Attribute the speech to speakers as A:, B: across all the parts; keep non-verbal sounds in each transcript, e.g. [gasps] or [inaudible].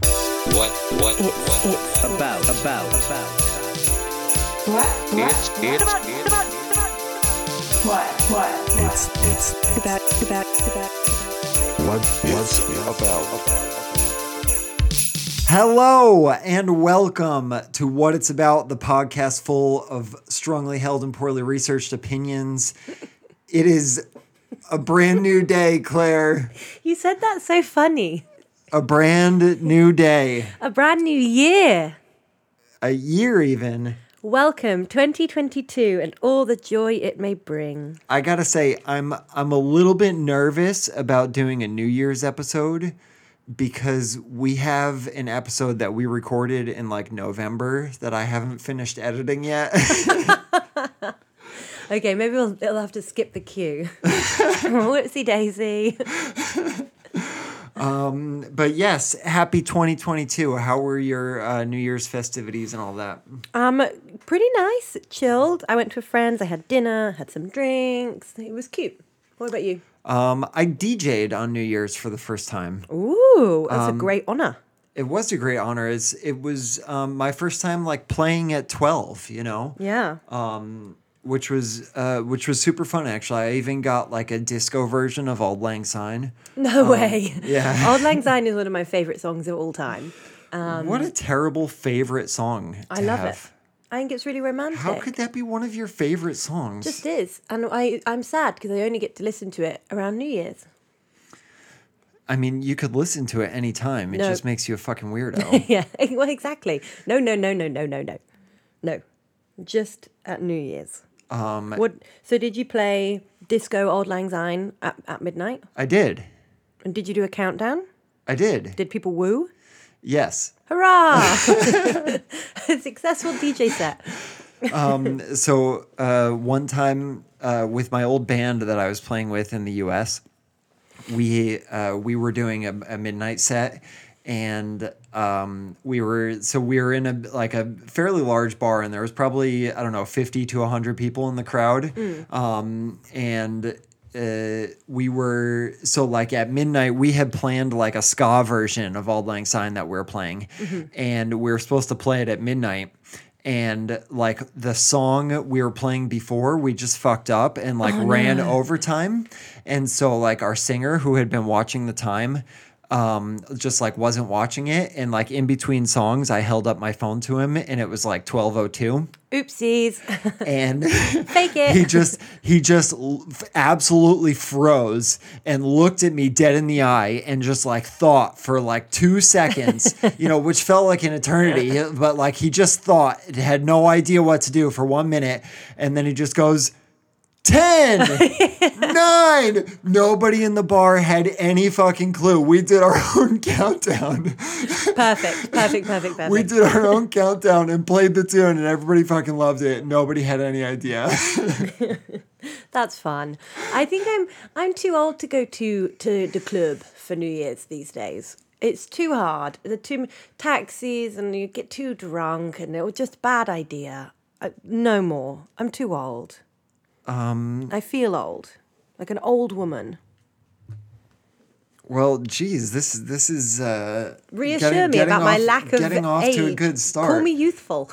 A: What? What?
B: It's-
A: what?
B: it's-
C: About, about, about.
D: What?
A: It's. It's. it's-
D: What? What?
E: It's it's
B: about about about
E: what what's
F: Hello and welcome to What It's About, the podcast full of strongly held and poorly researched opinions. It is a brand new day, Claire.
G: You said that so funny.
F: A brand new day.
G: A brand new year.
F: A year, even.
G: Welcome 2022 and all the joy it may bring.
F: I gotta say, I'm I'm a little bit nervous about doing a New Year's episode because we have an episode that we recorded in like November that I haven't finished editing yet. [laughs]
G: Okay, maybe we'll, we'll have to skip the [laughs] queue. Whoopsie daisy.
F: But yes, happy 2022. How were your uh, New Year's festivities and all that?
G: Um, pretty nice, chilled. I went to a friend's, I had dinner, had some drinks. It was cute. What about you?
F: Um, I DJ'd on New Year's for the first time.
G: Ooh, that's
F: Um,
G: a great honour.
F: It was a great honor. It's, it was um, my first time like playing at 12, you know,
G: Yeah.
F: uh, which was uh, which was super fun actually. I even got like a disco version of Auld Lang Syne.
G: no way.
F: um, yeah.
G: Old Lang Syne is one of my favourite songs of all time.
F: what a terrible favorite song. To
G: Um, I love
F: have.
G: it. I think it's really romantic.
F: How could that be one of your favorite songs?
G: Just is. And I, I'm sad because I only get to listen to it around New Year's. [laughs]
F: I mean, you could listen to it anytime. It
G: No.
F: just makes you a fucking
G: [laughs]
F: weirdo.
G: Yeah, well, exactly. No, no, no, no, no, no, no, no. Just at New Year's. Um. What? So did you play disco Old Lang Syne at, at midnight?
F: I did.
G: And did you do a countdown?
F: I did.
G: Did people woo?
F: Yes.
G: Hurrah! [laughs] a successful DJ set.
F: so uh, one time uh, with my old band that I was playing with in the U.S., we uh, we were doing a, a midnight set, and um, we were so we were in a like a fairly large bar, and there was probably I don't know fifty to hundred people in the crowd, um, and. Uh, we were so like at midnight we had planned like a ska version of Auld Lang Syne that we were playing, and we were supposed to play it at midnight and like the song we were playing before we just fucked up and like ran overtime and so like our singer who had been watching the time um just like wasn't watching it and like in between songs i held up my phone to him and it was like 1202
G: Oopsies. [laughs]
F: and
G: Fake it. [laughs]
F: he just he just l- f- absolutely froze and looked at me dead in the eye and just like thought for like two seconds you know which felt like an eternity but like he just thought had no idea what to do for one minute and then he just goes 10 9 nobody in the bar had any fucking clue we did our [laughs] own countdown
G: perfect. Perfect. Perfect. Perfect.
F: we did our own countdown and played the tune and everybody fucking loved it nobody had any idea
G: That's fun. I think I'm I'm too old to go to to the club for New Year's these days. It's too hard. The too m- taxis and you get too drunk and it was just bad idea. I, no more. I'm too old. Um I feel old. Like an old woman.
F: Well, geez, this this is uh,
G: Reassure
F: getting-
G: me
F: getting
G: about my
F: off-
G: lack of
F: getting off
G: age.
F: to a good start.
G: Call me youthful.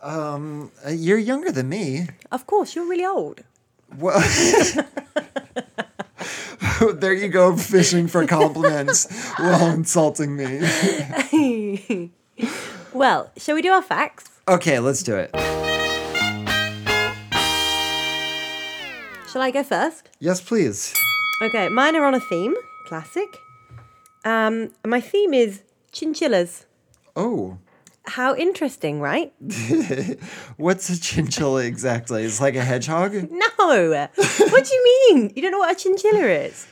F: Uh, you're younger than me. [laughs]
G: Of course, you're really old. [laughs]
F: Well, there you go, fishing for compliments while insulting me.
G: Well, shall we do our facts?
F: Okay, let's do it.
G: Shall I go first?
F: Yes, please.
G: Okay, mine are on a theme, classic. Um, my theme is chinchillas.
F: Oh,
G: How interesting, right?
F: what's a chinchilla exactly? It's like a hedgehog.
G: No, what do you mean? You don't know what a chinchilla is?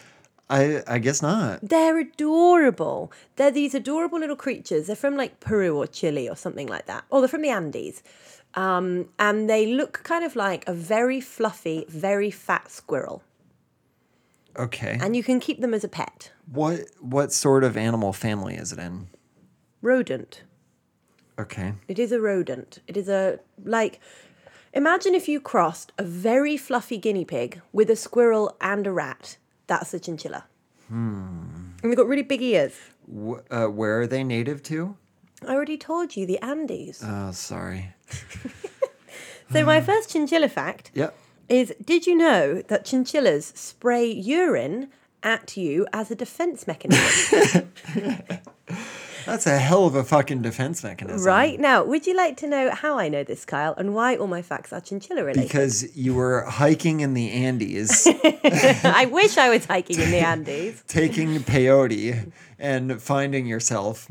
F: I I guess not.
G: They're adorable. They're these adorable little creatures. They're from like Peru or Chile or something like that. Or they're from the Andes. Um, and they look kind of like a very fluffy, very fat squirrel.
F: Okay.
G: And you can keep them as a pet.
F: What what sort of animal family is it in?
G: Rodent.
F: Okay.
G: It is a rodent. It is a like imagine if you crossed a very fluffy guinea pig with a squirrel and a rat. That's a chinchilla. And they've got really big ears.
F: Wh- uh, where are they native to?
G: I already told you the Andes.
F: Oh, sorry.
G: so my first chinchilla fact
F: Yep.
G: is: Did you know that chinchillas spray urine at you as a defense mechanism?
F: That's a hell of a fucking defense mechanism.
G: right now, would you like to know how I know this, Kyle, and why all my facts are chinchilla related?
F: Because you were hiking in the Andes,
G: [laughs] I wish I was hiking in the Andes.
F: taking peyote, and finding yourself.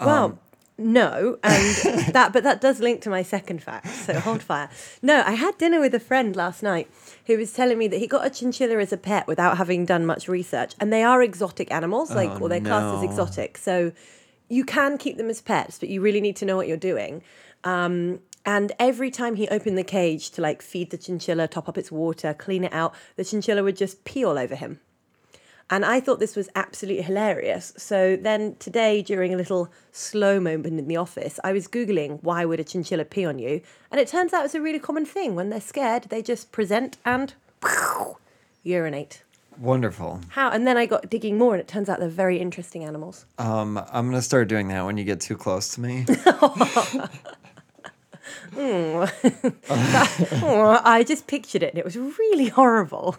G: Well,
F: Um,
G: no,
F: [laughs]
G: and that but that does link to my second fact. So hold fire. No, I had dinner with a friend last night who was telling me that he got a chinchilla as a pet without having done much research, and they are exotic animals, like
F: Oh,
G: or they're classed as
F: no.
G: exotic. So you can keep them as pets, but you really need to know what you're doing. Um, and every time he opened the cage to like feed the chinchilla, top up its water, clean it out, the chinchilla would just pee all over him. And I thought this was absolutely hilarious. So then today, during a little slow moment in the office, I was Googling why would a chinchilla pee on you? And it turns out it's a really common thing. When they're scared, they just present and [laughs] urinate.
F: Wonderful.
G: How? And then I got digging more, and it turns out they're very interesting animals. [laughs]
F: Um, I'm gonna start doing that when you get too close to me. [laughs]
G: Aw, I just pictured it, and it was really horrible.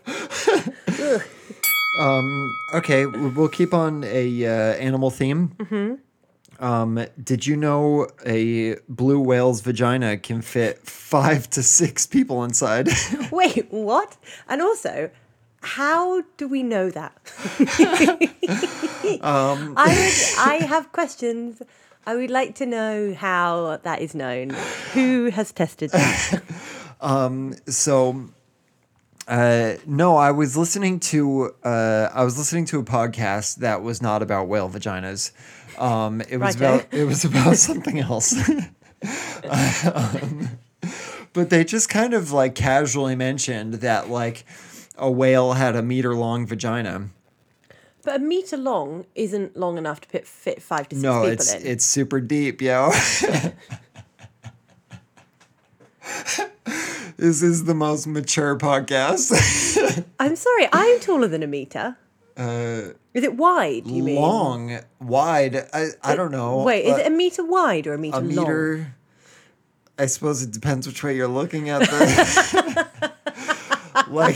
F: okay, we- we'll keep on a uh, animal theme. Mm-hmm. Um, did you know a blue whale's vagina can fit five to six people inside? [laughs]
G: [laughs] Wait, what? And also, how do we know
F: [laughs]
G: that?
F: Um.
G: [laughs] I would, I have questions. I would like to know how that is known. Who has tested
F: [laughs]
G: that?
F: so uh no i was listening to uh i was listening to a podcast that was not about whale vaginas um it was
G: Righto.
F: about it was about something else [laughs] Um, but they just kind of like casually mentioned that like a whale had a meter long vagina
G: But a meter long isn't long enough to fit, fit five to six
F: no
G: people
F: it's
G: in.
F: it's super deep yo [laughs] this is the most mature podcast [laughs]
G: I'm sorry, I'm taller than a meter. is it wide? You mean
F: Uh, long, wide. I, I don't know.
G: Wait, is
F: Uh,
G: it a meter wide or a meter
F: a
G: long?
F: meter? I suppose it depends which way you're looking at the
G: [laughs]
F: like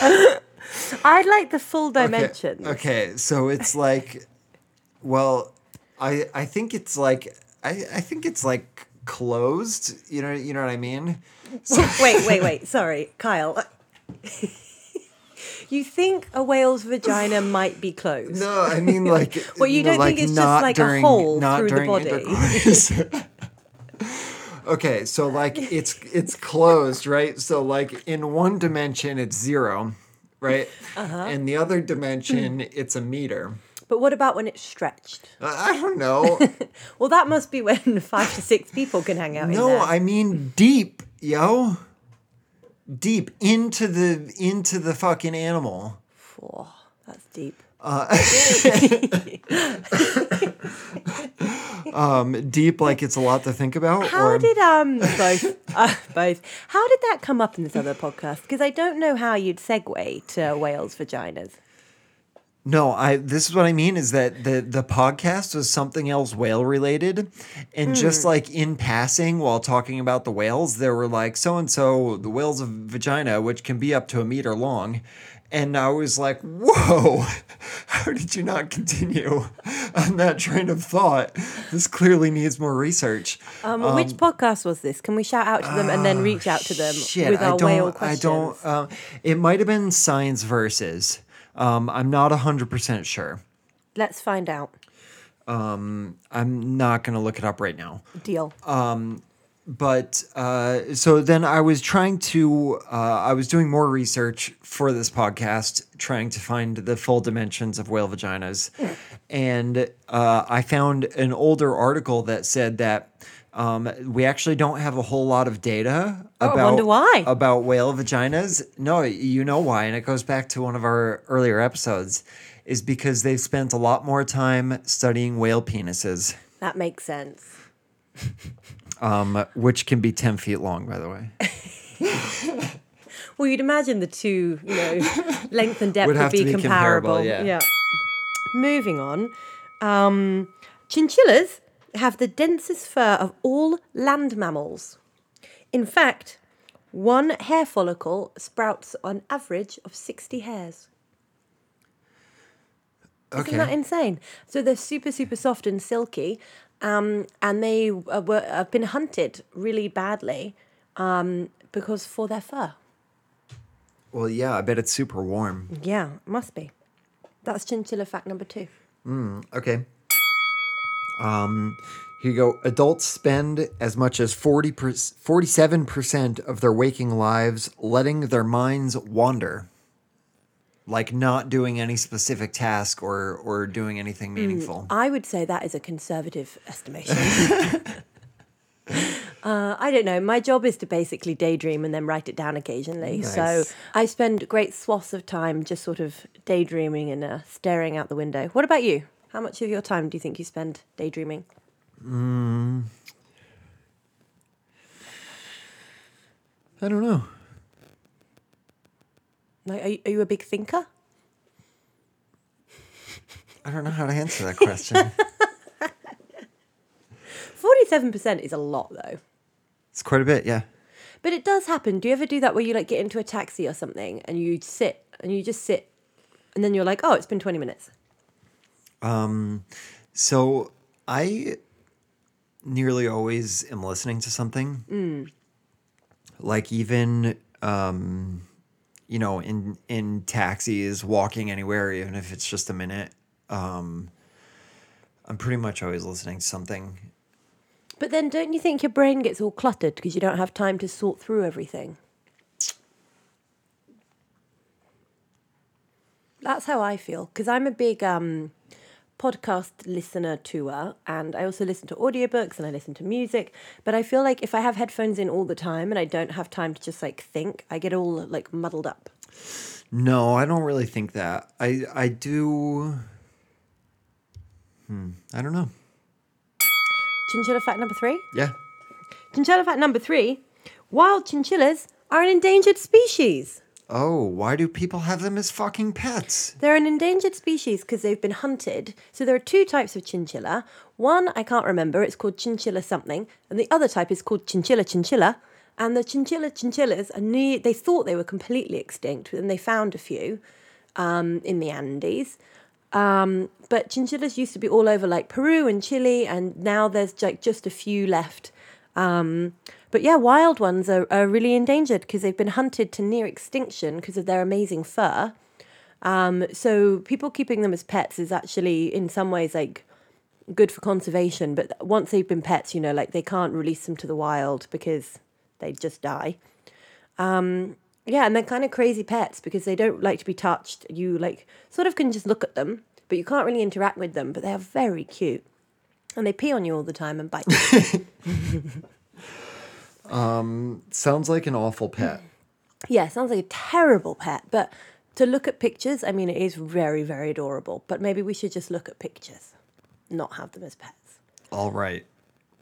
G: I'd like the full
F: okay,
G: dimensions.
F: okay, so it's like, well, I I think it's like I I think it's like closed. You know you know what I mean?
G: [laughs] wait, wait, wait. Sorry, Kyle. Uh, [laughs] you think a whale's
F: [sighs]
G: vagina might be closed?
F: No, I
G: [laughs]
F: mean like.
G: Well, you
F: know,
G: don't think it's just
F: not
G: like a hole through the body? [laughs]
F: intercourse. okay, so like it's it's closed, right? So like in one dimension it's zero, right? Uh-huh. In the other dimension
G: Hmm.
F: it's a meter.
G: But what about when it's stretched?
F: I
G: [laughs]
F: I don't know.
G: Well, that must be when [laughs] five to six people can hang out. in
F: no,
G: there.
F: I mean deep, yo. Deep into the into the fucking animal.
G: Oh, that's deep.
F: Deep like it's a lot to think about.
G: How
F: or-
G: did um both [laughs] uh, both? How did that come up in this other podcast? Because I don't know how you'd segue to whales' vaginas.
F: No, I this is what I mean is that the the podcast was something else whale related and just
G: Hmm.
F: like in passing while talking about the whales there were like so and so the whale's a vagina which can be up to a meter long and I was like whoa [laughs] how did you not continue [laughs] on that train of thought this clearly needs more research
G: Um, which podcast was this? Can we shout out to them and then reach out to them
F: Ah, Shit,
G: with our
F: I don't,
G: whale questions?
F: I don't. Um, it might have been science versus. Um, I'm not hundred percent sure.
G: Let's find out.
F: I'm not gonna look it up right now.
G: Deal.
F: Uh, but uh, so then I was trying to, uh, I was doing more research for this podcast, trying to find the full dimensions of whale vaginas. and uh, I found an older article that said that um, we actually don't have a whole lot of data
G: Oh, I
F: about,
G: wonder why.
F: about whale vaginas. No, you know why. And it goes back to one of our earlier episodes, is because they've spent a lot more time studying whale penises
G: that makes sense.
F: um, which can be 10 feet long, by the way. [laughs]
G: Well, you'd imagine the two, you know, length and depth would,
F: Would have to
G: be,
F: be
G: comparable.
F: comparable, yeah.
G: Moving on. Um, chinchillas have the densest fur of all land mammals. In fact, one hair follicle sprouts on average of 60 hairs. Isn't that
F: Okay.
G: insane? So they're super, super soft and silky, um, and they uh, were, have been hunted really badly um, because for their fur.
F: Well, yeah, I bet it's super warm.
G: Yeah, must be. That's chinchilla fact number two.
F: Okay. Um, here you go. Adults spend as much as 40 47% of their waking lives letting their minds wander. Like not doing any specific task or or doing anything meaningful.
G: I would say that is a conservative estimation. [laughs] Uh, I don't know. My job is to basically daydream and then write it down occasionally. So
F: Nice.
G: I spend great swaths of time just sort of daydreaming and uh, staring out the window. What about you? How much of your time do you think you spend daydreaming?
F: I don't know.
G: Like, are, you, are you a big thinker?
F: I don't know how to answer that [laughs] question.
G: Forty-seven percent is a lot, though.
F: it's quite a bit, yeah.
G: But it does happen. Do you ever do that where you like get into a taxi or something and you sit and you just sit, and then you're like, oh, it's been twenty minutes.
F: So I nearly always am listening to something. Like even um you know in in taxis, walking anywhere even if it's just a minute. Um I'm pretty much always listening to something.
G: But then, don't you think your brain gets all cluttered because you don't have time to sort through everything? That's how I feel because I'm a big um, podcast listener tour, and I also listen to audiobooks and I listen to music. But I feel like if I have headphones in all the time and I don't have time to just like think, I get all like muddled up.
F: No, I don't really think that. I I do Hmm, I don't know.
G: Chinchilla fact number three.
F: Yeah.
G: Chinchilla fact number three: wild chinchillas are an endangered species.
F: Oh, why do people have them as fucking pets?
G: They're an endangered species because they've been hunted. So there are two types of chinchilla. One I can't remember, it's called chinchilla something, and the other type is called chinchilla chinchilla. And the chinchilla chinchillas are ne- they thought they were completely extinct, and they found a few um, in the Andes. Um, but chinchillas used to be all over like Peru and Chile, and now there's like just a few left. Um, but yeah, wild ones are, are really endangered because they've been hunted to near extinction because of their amazing fur. Um, so people keeping them as pets is actually in some ways like good for conservation, but once they've been pets, you know, like they can't release them to the wild because they just die. Um, yeah, and they're kind of crazy pets because they don't like to be touched. You like sort of can just look at them, but you can't really interact with them, but they are very cute. And they pee on you all the time and bite. you.
F: Sounds like an awful pet.
G: yeah, sounds like a terrible pet, but to look at pictures, I mean, it is very, very adorable. But maybe we should just look at pictures, not have them as pets.
F: All right.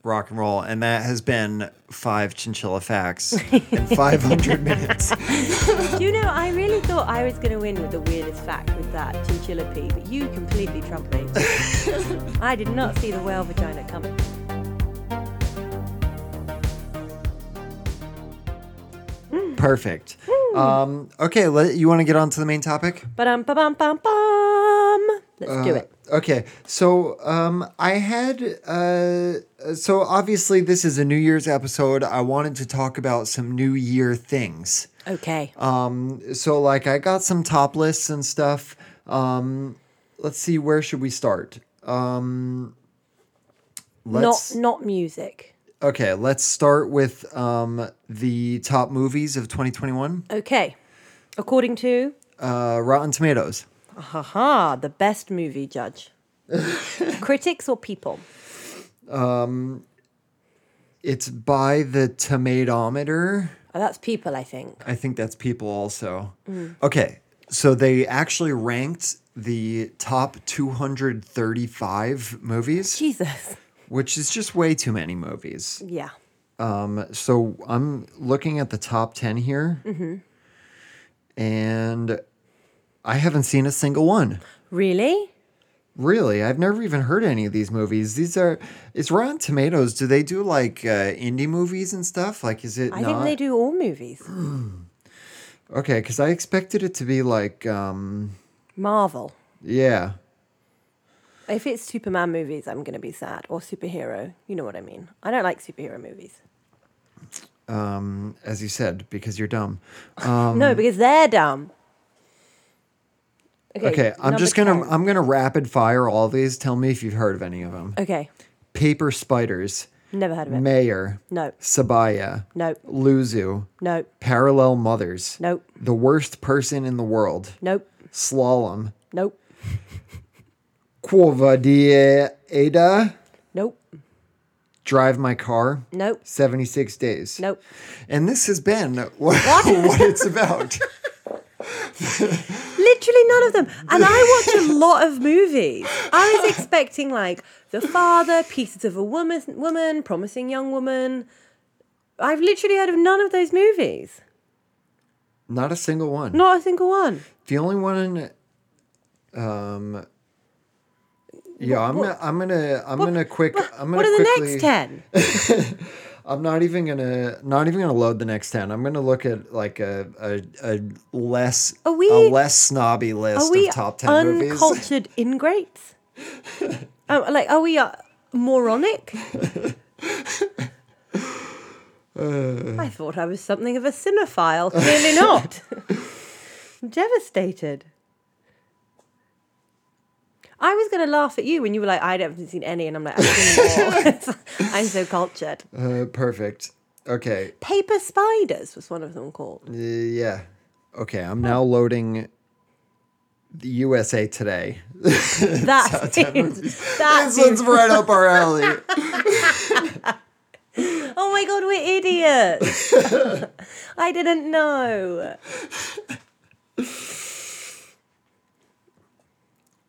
F: Rock and roll. And that has been five chinchilla facts in 500 minutes.
G: Do you know, I really thought I was going to win with the weirdest fact with that chinchilla pee, but you completely trumped me. [laughs] I did not see the whale vagina coming.
F: Perfect. Um, okay. Let, you want to get on to the main topic?
G: But um, ba bum bum bum. Let's do it.
F: Okay. So um, I had. Uh, so obviously, this is a New Year's episode. I wanted to talk about some New Year things.
G: Okay.
F: Um, so, like, I got some top lists and stuff. Um, let's see. Where should we start? Um,
G: not not music.
F: Okay, let's start with um, the top movies of 2021.
G: Okay. According to
F: Uh, Rotten Tomatoes.
G: haha, the best movie judge. Critics or people?
F: It's by the Tomatometer.
G: Oh, that's people, I think.
F: I think that's people also. Okay, so they actually ranked the top 235 movies,
G: Jesus.
F: which is just way too many movies.
G: Yeah.
F: Um, so I'm looking at the top 10 here. And I haven't seen a single one.
G: Really?
F: Really, I've never even heard any of these movies. These are it's Rotten Tomatoes. Do they do like uh, indie movies and stuff? Like, is it?
G: I
F: not...
G: think they do all movies.
F: Okay, because I expected it to be like, um,
G: Marvel.
F: yeah,
G: If it's Superman movies, I'm going to be sad. Or superhero. You know what I mean. I don't like superhero movies.
F: as you said, because you're dumb. Um,
G: no, because they're dumb.
F: Okay, I'm
G: number
F: just gonna um,
G: 10.
F: I'm gonna rapid fire all these. Tell me if you've heard of any of them.
G: Okay.
F: Paper spiders,
G: Never heard of it.
F: Mayor,
G: no.
F: Sabaya,
G: No.
F: Luzu,
G: No.
F: Parallel Mothers,
G: Nope.
F: The Worst Person in the World,
G: Nope.
F: Slalom,
G: Nope.
F: Quovadia Ada,
G: Nope.
F: Drive My Car,
G: Nope.
F: 76 Days.
G: Nope.
F: And this has been [laughs] what, what [laughs] it's about.
G: Literally none of them. And I watch a lot of movies. I was expecting like The Father, Pieces of a Woman, Woman, Promising Young Woman. I've literally heard of none of those movies.
F: Not a single one.
G: Not a single one.
F: The only one. Um, yeah, I'm gonna, I'm gonna, I'm gonna quick. I'm gonna
G: what are the
F: quickly,
G: next
F: [laughs]
G: 10?
F: I'm not even gonna, not even gonna load the next ten. I'm gonna look at like a a, a less
G: Are we-
F: a less snobby list
G: Are we
F: of top ten movies.
G: uncultured
F: [laughs]
G: ingrates? um, like, are we uh, moronic?
F: Uh.
G: I thought I was something of a cinephile. Clearly
F: [laughs]
G: not. I'm devastated. I was going to laugh at you when you were like, I haven't seen any. And I'm like, I've seen
F: [laughs]
G: them all. [laughs] I'm so cultured.
F: Uh, perfect. Okay.
G: Paper Spiders was one of them called.
F: Uh, yeah. Okay. I'm now loading the USA Today.
G: That seems, that
F: This one's
G: seems,
F: right up our alley.
G: oh my God, we're
F: [laughs]
G: idiots. I didn't know.
F: [laughs]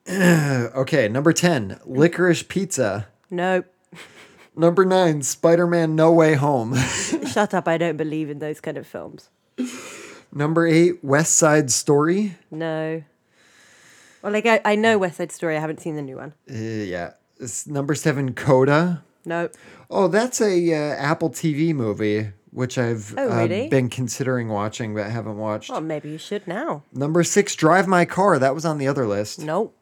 F: Okay. Number ten, Licorice Pizza.
G: Nope.
F: Number nine, Spider Man No Way Home. [laughs]
G: Shut up. I don't believe in those kind of films.
F: Number eight, West Side Story.
G: No. Well, like, I, I know West Side Story. I haven't seen the new one.
F: Uh, yeah. It's number seven, Coda.
G: Nope.
F: Oh, that's a uh, Apple TV movie, which I've
G: Oh,
F: uh,
G: really?
F: been considering watching but haven't watched.
G: Well, Oh, maybe you should now.
F: Number six, Drive My Car. That was on the other list.
G: Nope.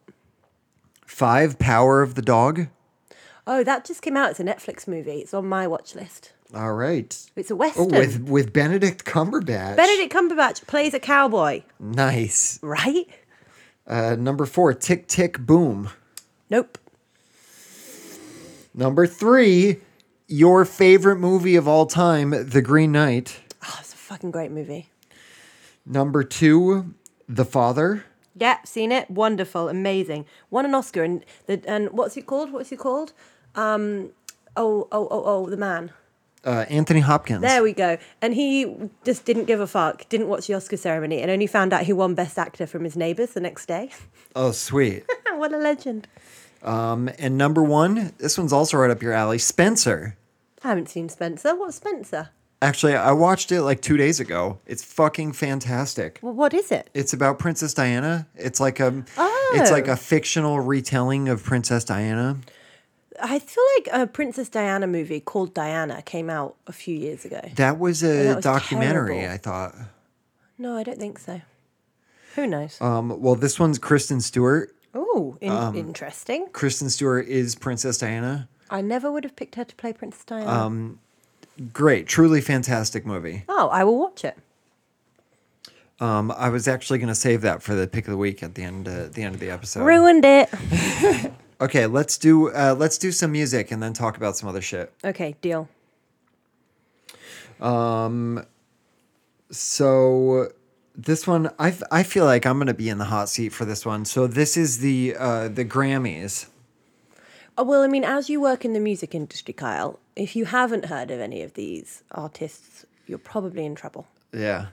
F: Five, Power of the Dog.
G: Oh, that just came out. It's a Netflix movie. It's on my watch list.
F: All right.
G: It's a
F: Oh,
G: Western.
F: with with Benedict Cumberbatch.
G: Benedict Cumberbatch plays a cowboy,
F: Nice.
G: right?
F: Uh, number four, Tick Tick Boom.
G: Nope.
F: Number three, your favorite movie of all time, The Green Knight.
G: Oh, it's a fucking great movie.
F: Number two, The Father.
G: Yeah, seen it. Wonderful, amazing. Won an Oscar and the and what's it called? What's it called? Um, oh, oh, oh, oh, the man.
F: Uh, Anthony Hopkins.
G: There we go. And he just didn't give a fuck, didn't watch the Oscar ceremony, and only found out he won Best Actor from his neighbours the next day. [laughs]
F: oh, sweet.
G: what a legend.
F: Um, and number one, this one's also right up your alley, Spencer.
G: I haven't seen Spencer. What's Spencer?
F: Actually, I watched it like two days ago. It's fucking fantastic.
G: Well, what is it?
F: It's about Princess Diana. It's like a, it's like
G: Oh.
F: a fictional retelling of Princess Diana.
G: I feel like a Princess Diana movie called Diana came out a few years ago.
F: That was a
G: that was
F: documentary,
G: terrible.
F: I thought.
G: No, I don't think so. Who knows?
F: Um, well, this one's Kristen Stewart.
G: oh, in- interesting.
F: Kristen Stewart is Princess Diana.
G: I never would have picked her to play Princess Diana.
F: Great, truly fantastic movie.
G: oh, I will watch it.
F: Um, I was actually going to save that for the pick of the week at the end, uh, at the end of the episode.
G: Ruined it.
F: Okay, let's do uh, let's do some music and then talk about some other shit.
G: Okay, deal.
F: So this one, I, f- I feel like I'm gonna be in the hot seat for this one. So this is the uh, the Grammys.
G: Oh, well, I mean, as you work in the music industry, Kyle, if you haven't heard of any of these artists, you're probably in trouble.
F: Yeah.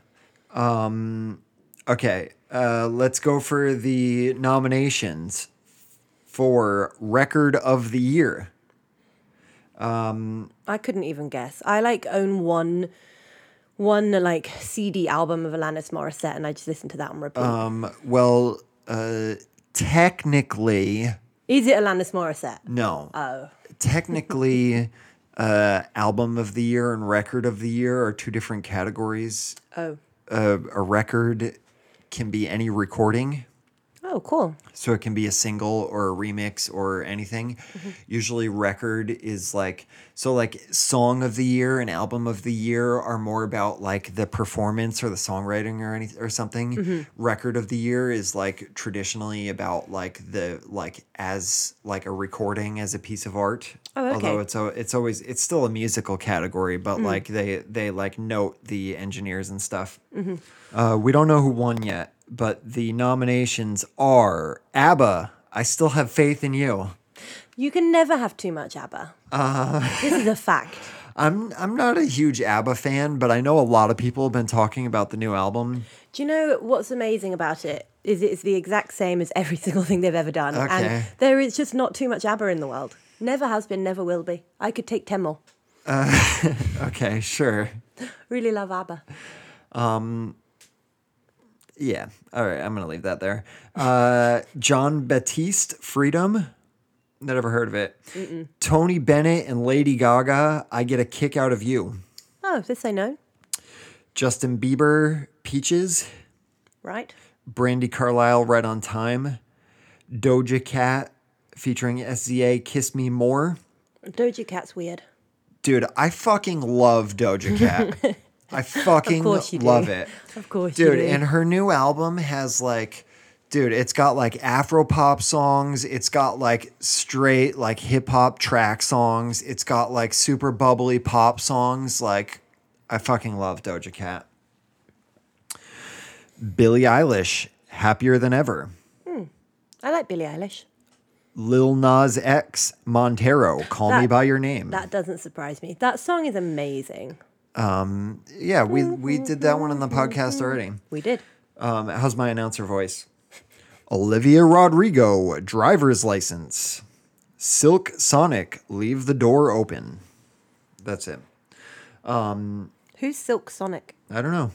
F: Um, okay. Uh, let's go for the nominations for record of the year.
G: I couldn't even guess. I like own one, one like CD album of Alanis Morissette, and I just listen to that on repeat.
F: Um, well, uh, technically,
G: Is it Alanis Morissette?
F: No. Oh. Technically, uh, album of the year and record of the year are two different categories.
G: Oh.
F: Uh, a record can be any recording.
G: Oh, cool.
F: So it can be a single or a remix or anything.
G: Mm-hmm.
F: Usually, record is like so, like song of the year and album of the year are more about like the performance or the songwriting or anything or something.
G: Mm-hmm.
F: Record of the year is like traditionally about like the like as like a recording as a piece of art.
G: Oh, okay. Mm.
F: Although it's al- it's always it's still a musical category, but like they they like note the engineers and stuff. Uh, we don't know who won yet, but the nominations are ABBA. I still have faith in you.
G: You can never have too much ABBA. this is a fact.
F: I'm I'm not a huge ABBA fan, but I know a lot of people have been talking about the new album.
G: Do you know what's amazing about it? Is it's the exact same as every [laughs] single thing they've ever done,
F: Okay.
G: and there is just not too much ABBA in the world. Never has been, never will be. I could take ten more.
F: Okay, sure.
G: Really love ABBA.
F: Yeah. All right, I'm gonna leave that there. Uh, John Baptiste Freedom. Never heard of it. Tony Bennett and Lady Gaga. I get a kick out of you.
G: Oh, this I know,
F: Justin Bieber. Peaches.
G: right?
F: Brandy Carlisle, Right on Time, Doja Cat featuring SZA, Kiss Me More.
G: Doja Cat's weird.
F: Dude, I fucking love Doja
G: [laughs]
F: Cat. I fucking
G: course you do.
F: love it.
G: Of course, you
F: Dude,
G: do.
F: and her new album has like, dude, it's got like Afro pop songs. It's got like straight like hip hop track songs. It's got like super bubbly pop songs. Like, I fucking love Doja Cat. Billie Eilish, happier than ever.
G: I like Billie Eilish.
F: Lil Nas X Montero, Call Me
G: That-
F: by Your Name.
G: That doesn't surprise me. That song is amazing.
F: yeah, we we did
G: [laughs]
F: that one on the podcast already.
G: We did.
F: Um, how's my announcer voice? Olivia Rodrigo, driver's license. Silk Sonic, leave the door open. That's it.
G: Who's Silk Sonic?
F: I don't know.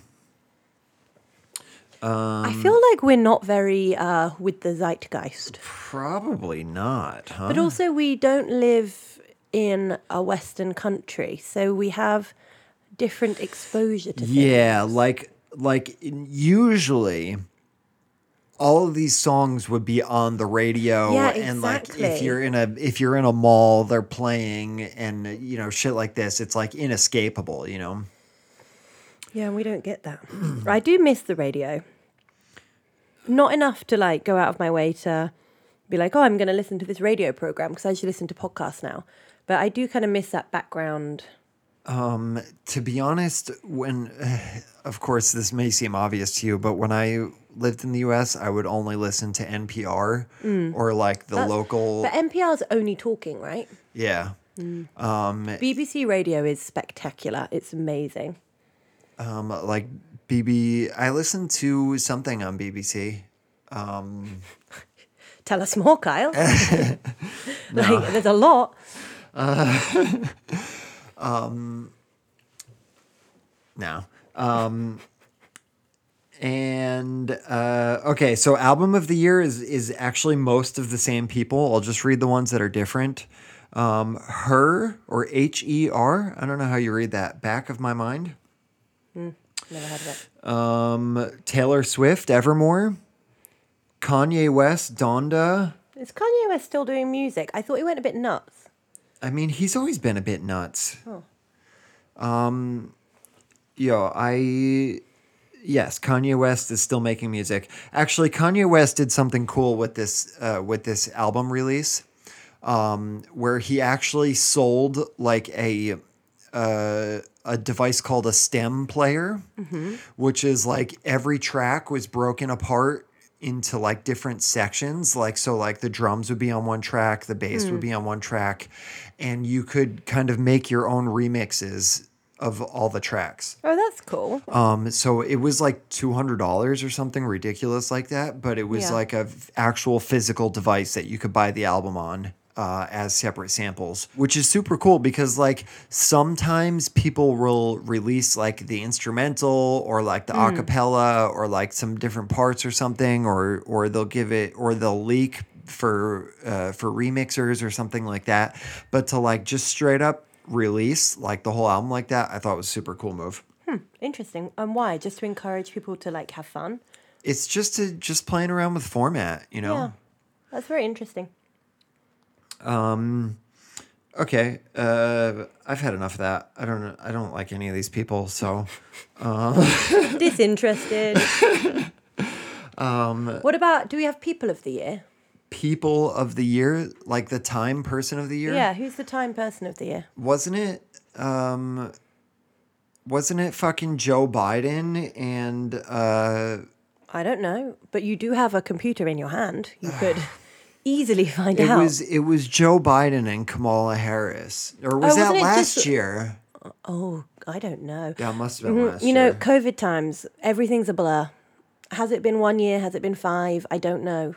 G: I feel like we're not very uh, with the zeitgeist,
F: Probably not, huh?
G: but also we don't live in a Western country, so we have different exposure to things.
F: Yeah, like like in- usually all of these songs would be on the radio
G: Yeah,
F: and like if
G: exactly.
F: you're in a if you're in a mall they're playing and you know shit like this it's like inescapable, you know.
G: Yeah, and we don't get that. [clears throat] I do miss the radio. Not enough to like go out of my way to be like, oh, I'm going to listen to this radio program because I should listen to podcasts now. But I do kind of miss that background.
F: to be honest, when [sighs] of course this may seem obvious to you, but when I lived in the US, I would only listen to NPR or like the local
G: Mm. Uh, But NPR's only talking, right?
F: yeah.
G: BBC Radio is spectacular. It's amazing.
F: Um like BB I listened to something on BBC.
G: Tell us more, Kyle. [laughs] like, there's a lot.
F: No. Um, and uh, okay, so album of the year is is actually most of the same people. I'll just read the ones that are different. Um, her or H E R. I don't know how you read that. Back of my mind.
G: Never heard of it.
F: Um, Taylor Swift, Evermore. Kanye West, Donda.
G: Is Kanye West still doing music? I thought he went a bit nuts.
F: I mean, he's always been a bit nuts. Um, yo, I yes, Kanye West is still making music. Actually, Kanye West did something cool with this uh, with this album release, um, where he actually sold like a uh, a device called a stem player, which is like every track was broken apart into like different sections. Like, so like the drums would be on one track, the bass would be on one track, and you could kind of make your own remixes of all the tracks.
G: Oh, that's cool.
F: Um, so it was like two hundred dollars or something ridiculous like that, but it was
G: Yeah.
F: like a f- actual physical device that you could buy the album on uh, as separate samples, which is super cool because like sometimes people will release like the instrumental or like the acapella or like some different parts or something, or or they'll give it or they'll leak for uh, for remixers or something like that. But to like just straight up release like the whole album like that, I thought was a super cool move.
G: Interesting. And why? Just to encourage people to like have fun.
F: It's just to just playing around with format, you know.
G: Yeah, Oh. that's very interesting. [coughs]
F: Okay, uh, I've had enough of that. I don't I don't like any of these
G: [laughs]
F: people, so.
G: Disinterested. [laughs] um, what about? Do we have people of the year?
F: people of the year, like the time person of the year.
G: Yeah, who's the time person of the year?
F: Wasn't it um wasn't it fucking Joe Biden and uh
G: I don't know, but you do have a computer in your hand. You could [sighs] easily find
F: it
G: out.
F: was it was Joe Biden and Kamala Harris. Or was that
G: Oh, wasn't it
F: last
G: just-
F: year?
G: oh, I don't know. Mm-hmm.
F: Yeah, it must have been last
G: you know,
F: year.
G: COVID times, everything's a blur. Has it been one year? Has it been five? I don't know.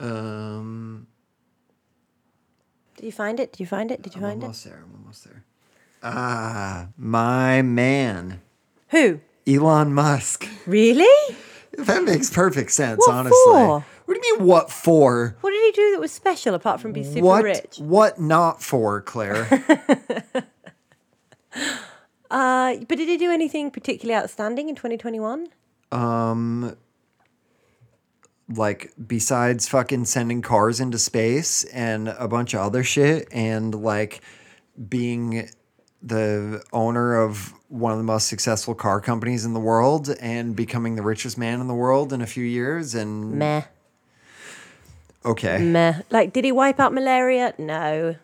F: Um
G: Did you find it? Did you find it? Did you
F: I'm
G: find
F: almost there, I'm almost there. Ah, my man.
G: it? Who?
F: Elon Musk.
G: Really?
F: That makes perfect sense,
G: What
F: honestly.
G: for?
F: What do you mean what for?
G: What did he do that was special apart from be super
F: what
G: rich?
F: what not for, Claire?
G: [laughs] Uh, but did he do anything particularly outstanding in 2021?
F: like besides fucking sending cars into space and a bunch of other shit and like being the owner of one of the most successful car companies in the world and becoming the richest man in the world in a few years and
G: Meh.
F: okay
G: Meh. Like, did he wipe out malaria? No.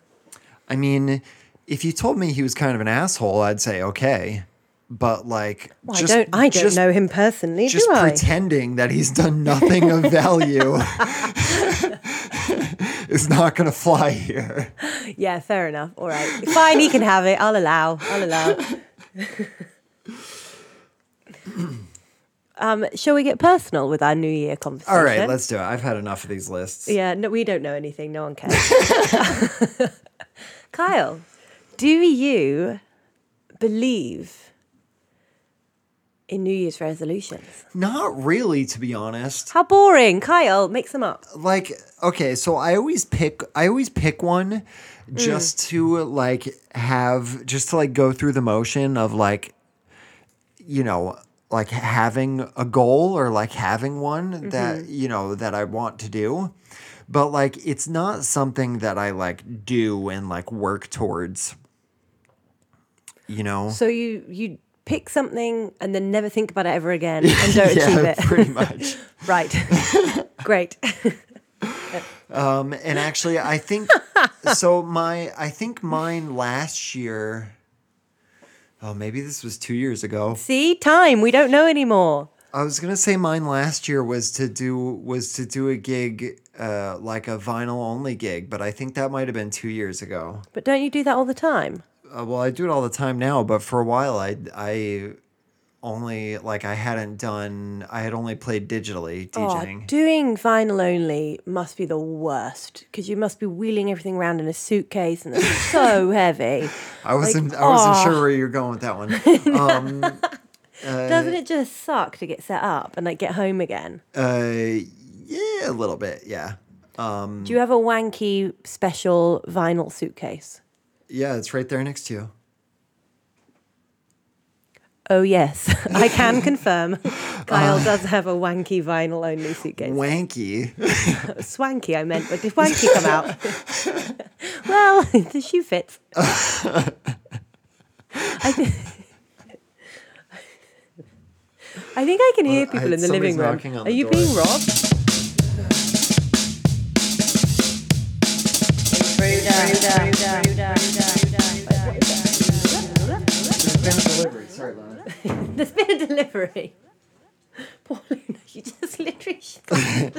F: i mean if you told me he was kind of an asshole i'd say okay but like
G: Well, I don't. I don't
F: just-
G: know him personally,
F: just
G: do I?
F: pretending that he's done nothing of [laughs] value is not going to fly here
G: Yeah, fair enough. All right, fine. He can have it. I'll allow. I'll
F: [laughs]
G: allow. um, shall we get personal with our New Year conversation?
F: All right, let's do it. I've had enough of these lists.
G: Yeah, no, we don't know anything. No one [laughs] cares. Kyle, do you believe in New Year's resolutions?
F: Not really, to be honest.
G: How boring, Kyle. Mix them up.
F: Like, okay, so I always pick I always pick one
G: Mm.
F: just to like have just to like go through the motion of like you know, like having a goal or like having one that,
G: Mm-hmm.
F: you know, that I want to do. But like it's not something that I like do and like work towards. You know?
G: So you you pick something and then never think about it ever again [laughs] and don't achieve
F: yeah,
G: it.
F: pretty much.
G: Right. [laughs] Great.
F: Um, and actually, I think so. My I think mine last year. Oh, maybe this was two years ago.
G: See, time. We don't know anymore.
F: I was gonna say mine last year was to do was to do a gig, uh, like a vinyl only gig, but I think that might have been two years ago.
G: But don't you do that all the time?
F: Uh, well, I do it all the time now, but for a while, I I only like I hadn't done. I had only played digitally
G: Oh,
F: DJing.
G: doing vinyl only must be the worst because you must be wheeling everything around in a suitcase and it's so heavy.
F: I wasn't I wasn't
G: aw.
F: sure where you were going with that one.
G: Doesn't it just suck to get set up and like get home again?
F: uh, yeah, a little bit. Yeah.
G: Do you have a wanky special vinyl suitcase?
F: Yeah, it's right there next to you.
G: Oh yes, [laughs] I can confirm. Kyle does have a wanky vinyl only suitcase.
F: Wanky.
G: Swanky, I meant, but did wanky come
F: [laughs]
G: out? well, [laughs] the shoe fits. I, thi- I think I can hear
F: Well, I-
G: people in the living
F: somebody's
G: room.
F: knocking on
G: Are
F: the
G: you
F: door.
G: being robbed? [laughs] There's been a delivery. Paulina, [laughs] you just literally [laughs] you just slammed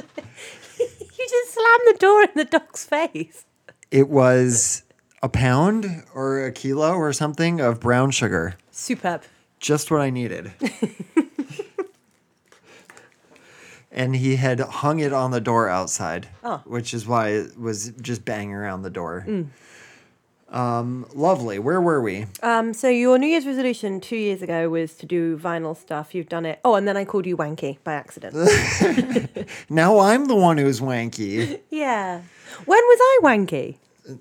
G: the door in the dog's face.
F: It was a pound or a kilo or something of brown sugar.
G: Superb.
F: Just what I needed. and he had hung it on the door outside,
G: Oh.
F: which is why it was just banging around the door. Um, lovely. Where were we?
G: Um, so your New Year's resolution two years ago was to do vinyl stuff. You've done it. Oh, and then I called you wanky by accident.
F: now I'm the one who's wanky.
G: yeah. When was I wanky?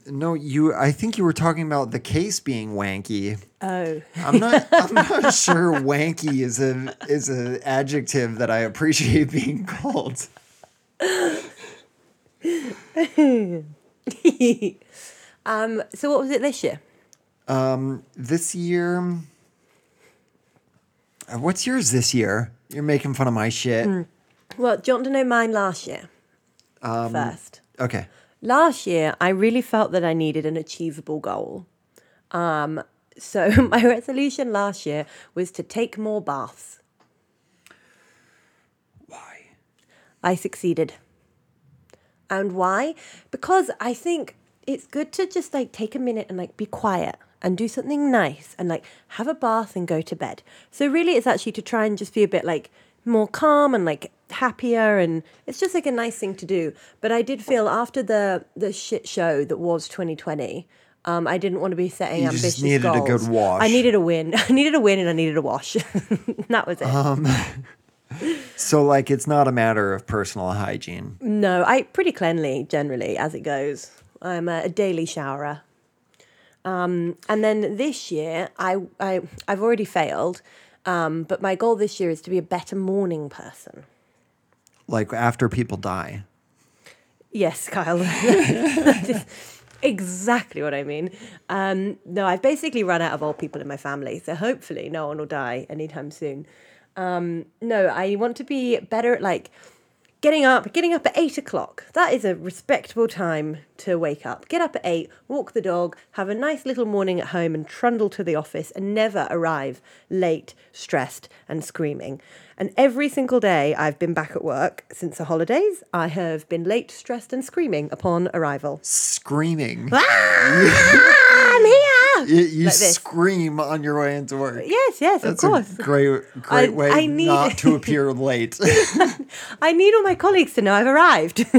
F: No, you. I think you were talking about the case being wanky.
G: Oh. [laughs]
F: I'm not. I'm not [laughs] sure wanky is a is a adjective that I appreciate being [laughs] called.
G: um, so what was it this year?
F: This year, uh, what's yours this year? You're making fun of my shit.
G: Mm. Well, do you want to know mine last year? Um, First.
F: Okay.
G: Last year, I really felt that I needed an achievable goal. Um, so [laughs] my resolution last year was to take more baths.
F: Why?
G: I succeeded. And why? Because I think it's good to just like take a minute and like be quiet and do something nice and like have a bath and go to bed. So really it's actually to try and just be a bit like more calm and like happier and it's just like a nice thing to do. But I did feel after the the shit show that was 2020 um, I didn't want to be setting
F: You just
G: ambitious
F: needed a
G: goals.
F: good wash.
G: I needed a win. [laughs] I needed a win and I needed a wash. [laughs] that was it.
F: So like, it's not a matter of personal hygiene.
G: No, I pretty cleanly generally as it goes. I'm a, a daily showerer. Um, and then this year, I, I I've already failed, um, but my goal this year is to be a better morning person.
F: Like after people die.
G: Yes, Kyle. [laughs] That is exactly what I mean. Um, no, I've basically run out of old people in my family, so hopefully no one will die anytime soon. Um, no, I want to be better at like getting up, getting up at eight o'clock. That is a respectable time to wake up. Get up at eight, walk the dog, have a nice little morning at home, and trundle to the office and never arrive late, stressed, and screaming. And every single day I've been back at work since the holidays, I have been late, stressed, and screaming upon arrival. [laughs]
F: Screaming.
G: I'm here!
F: You, you
G: Like this.
F: scream on your way into work.
G: Yes, yes,
F: That's
G: of course.
F: a great, great
G: I-
F: way
G: I need- [laughs]
F: not to appear late.
G: I need all my colleagues to know I've arrived. [laughs]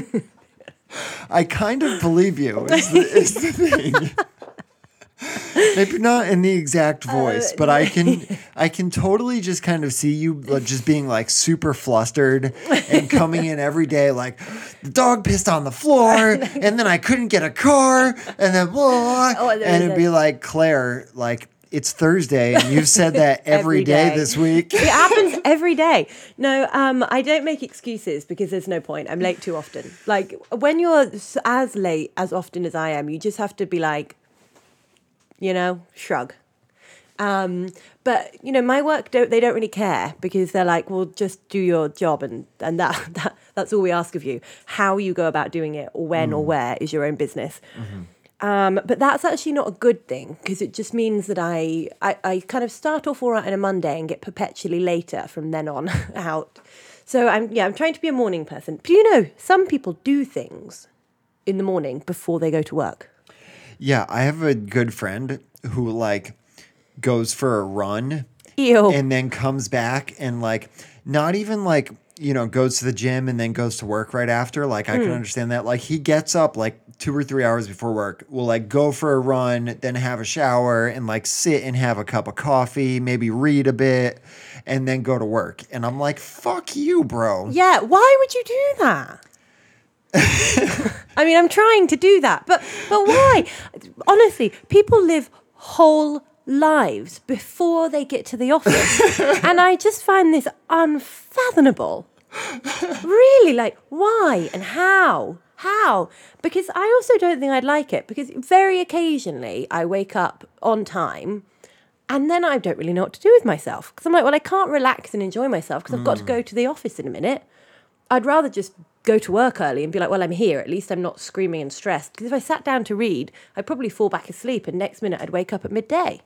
F: I kind of believe you. Is the, is the thing. Maybe not in the exact voice, but I [laughs] can, I can totally just kind of see you like, just being like super flustered and coming in every day like, the dog pissed on the floor, and then [laughs] I couldn't get a car, and then blah, blah,
G: Oh,
F: blah.
G: there
F: and
G: is
F: it'd
G: a-
F: be like Claire, like it's Thursday, and you've said that [laughs] every
G: Every
F: day,
G: day.
F: this week.
G: It happens every day. No, um, I don't make excuses because there's no point. I'm late too often. Like when you're s- as late as often as I am, you just have to be like, you know, shrug. Um, but you know, my work don't they don't really care because they're like, well, just do your job and and that, [laughs] that that's all we ask of you. How you go about doing it, or when or where, is your own business. Um, but that's actually not a good thing because it just means that I, I, I kind of start off all right on a Monday and get perpetually later from then on [laughs] out. So I'm yeah I'm trying to be a morning person. But you know, some people do things in the morning before they go to work.
F: Yeah, I have a good friend who like goes for a run
G: Ew.
F: and then comes back and like not even like you know goes to the gym and then goes to work right after like i can
G: Hmm.
F: understand that like he gets up like two or three hours before work will like go for a run then have a shower and like sit and have a cup of coffee maybe read a bit and then go to work and i'm like fuck you bro
G: Yeah, why would you do that? I mean, I'm trying to do that, but but why? Honestly, people live whole lives before they get to the office, and I just find this unfathomable. Really, like why and how? How? Because I also don't think I'd like it because very occasionally I wake up on time and then I don't really know what to do with myself because I'm like, well, I can't relax and enjoy myself because I've
F: Hmm.
G: got to go to the office in a minute. I'd rather just go to work early and be like, well, I'm here. At least I'm not screaming and stressed. Because if I sat down to read, I'd probably fall back asleep and next minute I'd wake up at midday.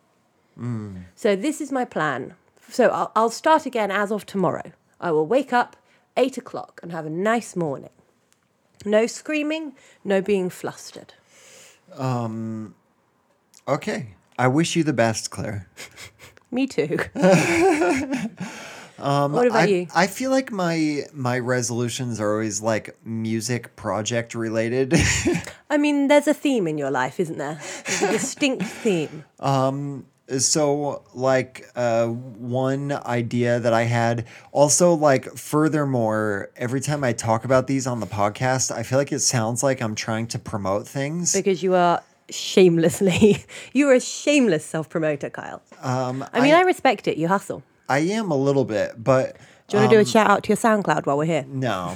F: Hmm.
G: So this is my plan. So I'll, I'll start again as of tomorrow. I will wake up eight o'clock and have a nice morning. No screaming, no being flustered. [laughs]
F: okay i wish you the best claire
G: Me too.
F: [laughs] Um,
G: What about
F: I,
G: you?
F: I feel like my my resolutions are always like music project related. [laughs]
G: I mean, there's a theme in your life, isn't there? There's
F: [laughs]
G: a distinct theme.
F: so like uh, one idea that I had also like furthermore, every time I talk about these on the podcast, I feel like it sounds like I'm trying to promote things.
G: Because you are shamelessly, [laughs] you are a shameless self promoter, Kyle. Um, I mean, I,
F: I-
G: respect it. You hustle.
F: I am a little bit, but
G: Do you want to do a
F: Um,
G: shout out to your SoundCloud while we're here?
F: no.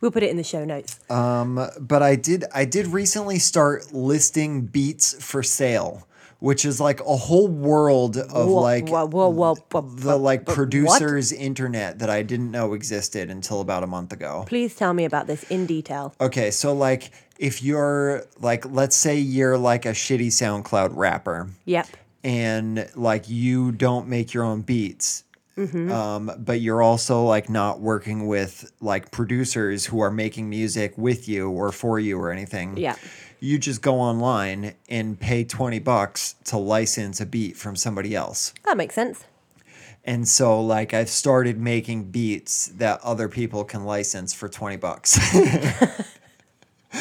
G: We'll put it in the show notes.
F: but I did I did recently start listing beats for sale, which is like a whole world of
G: Whoa,
F: like
G: whoa, whoa, whoa, whoa,
F: the like
G: whoa, what?
F: producers internet that I didn't know existed until about a month ago.
G: Please tell me about this in detail.
F: Okay, so like if you're like let's say you're like a shitty SoundCloud rapper
G: Yep.
F: and like you don't make your own beats. Um, but you're also like not working with like producers who are making music with you or for you or anything.
G: Yeah.
F: You just go online and pay 20 bucks to license a beat from somebody else.
G: That makes sense.
F: And so like I've started making beats that other people can license for 20 bucks. [laughs]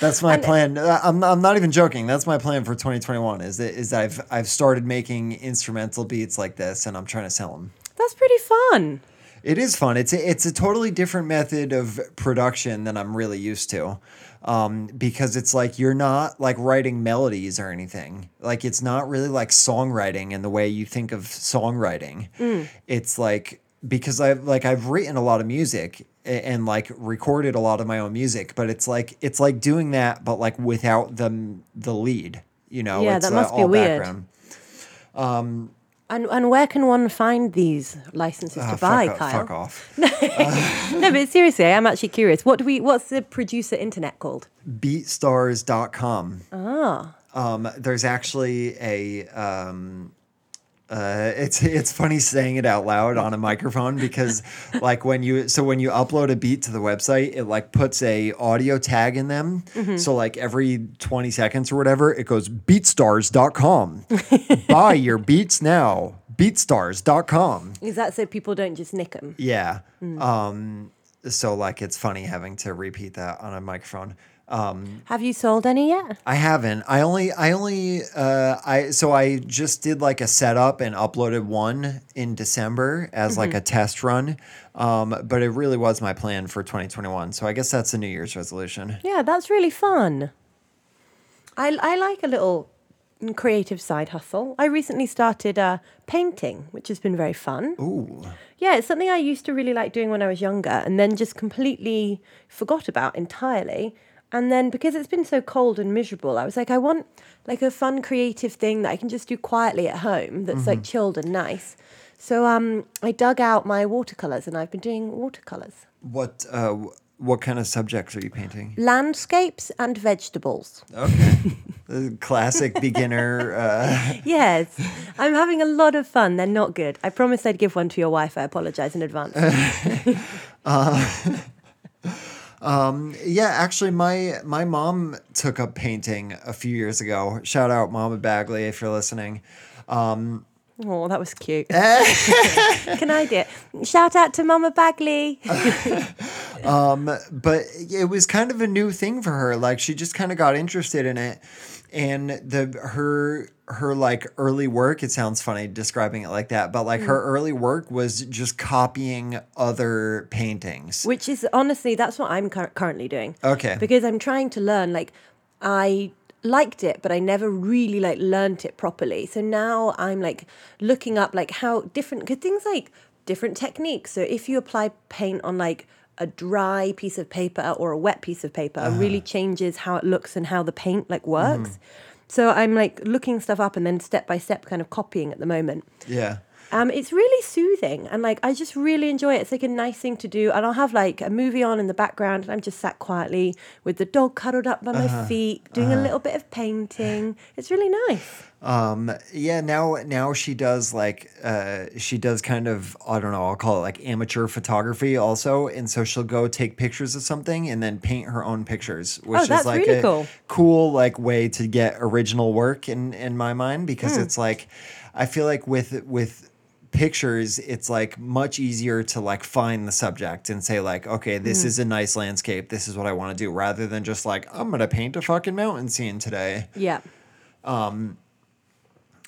F: That's my plan. Uh, I'm, I'm not even joking. That's my plan for 2021 is that is I've I've started making instrumental beats like this and I'm trying to sell them.
G: That's pretty fun.
F: It is fun. It's a, it's a totally different method of production than I'm really used to. Um, because it's like you're not like writing melodies or anything. Like it's not really like songwriting in the way you think of songwriting.
G: Mm.
F: It's like because I've like I've written a lot of music a- and like recorded a lot of my own music, but it's like it's like doing that but like without the the lead. You know,
G: Yeah,
F: it's
G: that
F: like,
G: must be weird. And and where can one find these licenses
F: Ah,
G: to buy,
F: fuck, off,
G: Kyle?
F: fuck off.
G: [laughs] No, but seriously, I am actually curious. What do we? What's the producer internet called?
F: beatstars.com. Um, there's actually a um, uh, it's it's funny saying it out loud on a microphone because like when you so when you upload a beat to the website, it like puts a audio tag in them. So like every 20 seconds or whatever, it goes beatstars.com. Buy your beats now. beatstars.com.
G: Is that so people don't just nick them?
F: Yeah. Um so like it's funny having to repeat that on a microphone. Um
G: Have you sold any yet?
F: I haven't. I only, I only, uh, I, so I just did like a setup and uploaded one in December as like a test run. Um, but it really was my plan for 2021. So I guess that's a New Year's resolution.
G: Yeah, that's really fun. I I like a little creative side hustle. I recently started uh, painting, which has been very fun.
F: Ooh.
G: Yeah, it's something I used to really like doing when I was younger and then just completely forgot about entirely. And then because it's been so cold and miserable, I was like, I want like a fun creative thing that I can just do quietly at home that's like chilled and nice. So um, I dug out my watercolors and I've been doing watercolors,
F: What, uh, wh- what kind of subjects are you painting?
G: landscapes and vegetables.
F: The classic beginner. Uh,
G: Yes, I'm having a lot of fun. They're not good. I promised I'd give one to your wife. I apologize in advance.
F: yeah, actually, my my mom took up painting a few years ago. Shout out, Mama Bagley, if you're listening.
G: Oh, that was cute. Can I do it? Shout out to Mama Bagley.
F: but it was kind of a new thing for her like she just kind of got interested in it and the her her like early work it sounds funny describing it like that but like her early work was just copying other paintings
G: Which is honestly, that's what I'm cur- currently doing.
F: Okay.
G: Because I'm trying to learn. Like, I liked it, but I never really like learnt it properly. So now I'm like looking up like how different good things like different techniques. So if you apply paint on like a dry piece of paper or a wet piece of paper, it really changes how it looks and how the paint like works. So I'm like looking stuff up and then step by step kind of copying at the moment.
F: yeah
G: Um, it's really soothing and like I just really enjoy it. It's like a nice thing to do. And I'll have like a movie on in the background and I'm just sat quietly with the dog cuddled up by my feet, doing a little bit of painting. It's really nice.
F: yeah now now she does like uh she does kind of i don't know i'll call it like amateur photography also and so she'll go take pictures of something and then paint her own pictures which is
G: Oh, that's
F: like
G: really
F: a
G: cool.
F: cool like way to
G: Hmm.
F: get original work in in my mind because it's like i feel like with with pictures, it's like much easier to like find the subject and say like, okay, this
G: Hmm.
F: is a nice landscape. This is what I want to do, rather than just like I'm gonna paint a fucking mountain scene today.
G: Yeah.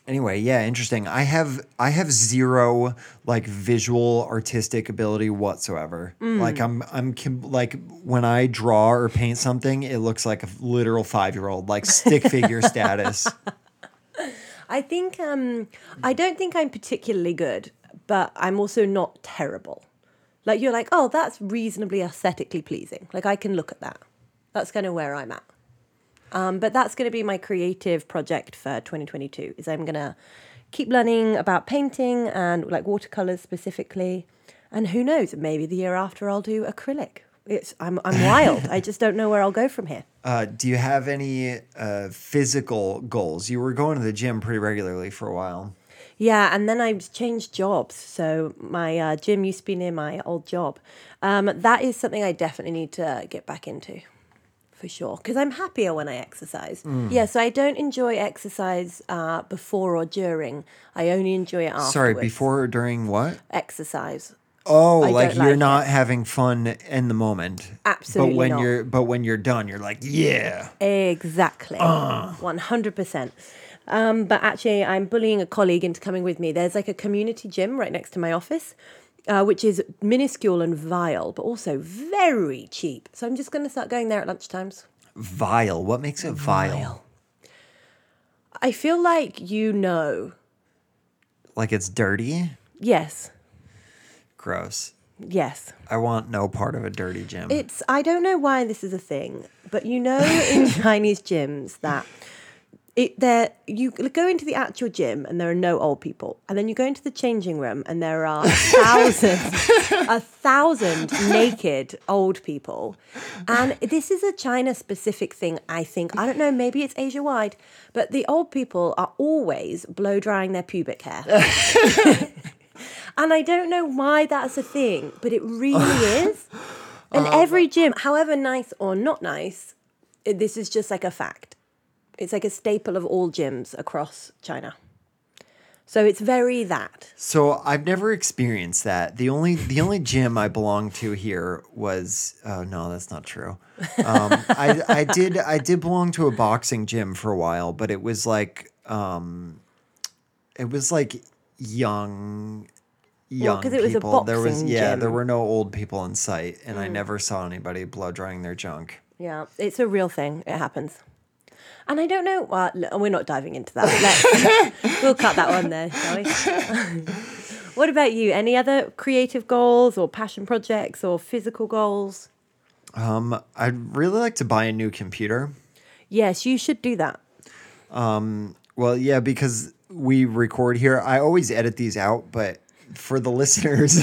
F: Anyway, yeah, interesting. I have I have zero like visual artistic ability whatsoever.
G: Mm.
F: Like I'm I'm com- like when I draw or paint something, it looks like a literal five year old, like stick
G: [laughs]
F: figure status.
G: I think um, I don't think I'm particularly good, but I'm also not terrible. Like you're like, oh, that's reasonably aesthetically pleasing. Like I can look at that. That's kind of where I'm at. Um, but that's going to be my creative project for 2022. Is I'm going to keep learning about painting and like watercolors specifically, and who knows, maybe the year after I'll do acrylic. It's I'm I'm wild. I just don't know where I'll go from here.
F: Uh, do you have any uh, physical goals? You were going to the gym pretty regularly for a while.
G: Yeah, and then I changed jobs. So my uh, gym used to be near my old job. Um, that is something I definitely need to get back into for sure because I'm happier when I exercise.
F: Mm.
G: Yeah, so I don't enjoy exercise uh, before or during. I only enjoy it after.
F: Sorry, before or during what?
G: exercise.
F: Oh,
G: I
F: like
G: don't
F: you're
G: like
F: not having fun in the moment.
G: Absolutely
F: But when
G: not.
F: you're but when you're done, you're like, yeah.
G: Exactly. One hundred percent. Um, but actually, I'm bullying a colleague into coming with me. There's like a community gym right next to my office, uh, which is minuscule and vile, but also very cheap. So I'm just going to start going there at lunchtimes.
F: Vile. What makes it vile?
G: I feel like you know.
F: Like it's dirty?
G: Yes.
F: Gross.
G: Yes.
F: I want no part of a dirty gym.
G: It's I don't know why this is a thing, but you know in Chinese gyms that it there you go into the actual gym and there are no old people, and then you go into the changing room and there are a thousand, a thousand naked old people, and this is a China specific thing. I think I don't know. Maybe it's Asia wide, but the old people are always blow drying their pubic hair. [laughs] And I don't know why that's a thing, but it really is. And every gym, however nice or not nice, i- this is just like a fact. It's like a staple of all gyms across China. So it's very that.
F: so I've never experienced that. The only the only gym I belonged to here was oh no, that's not true. Um, I I did I did belong to a boxing gym for a while, but it was like um, it was like young young
G: 'cause
F: because
G: it was a
F: people. there was
G: boxing
F: yeah
G: gym. Mm.
F: there were no old people in sight, and I never saw anybody blow drying their junk.
G: Yeah, it's a real thing. It happens. And I don't know. Well, l- we're not diving into that. Let's, we'll cut that one there, shall we? [laughs] what about you? Any other creative goals or passion projects or physical goals?
F: I'd really like to buy a new computer.
G: Yes, you should do that.
F: Well, yeah, because we record here. I always edit these out, but for the [laughs] listeners,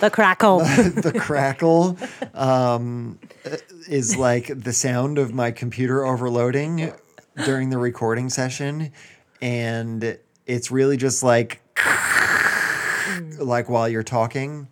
G: The crackle.
F: [laughs] the crackle um, is like the sound of my computer overloading during the recording session. And it's really just like, like while you're talking.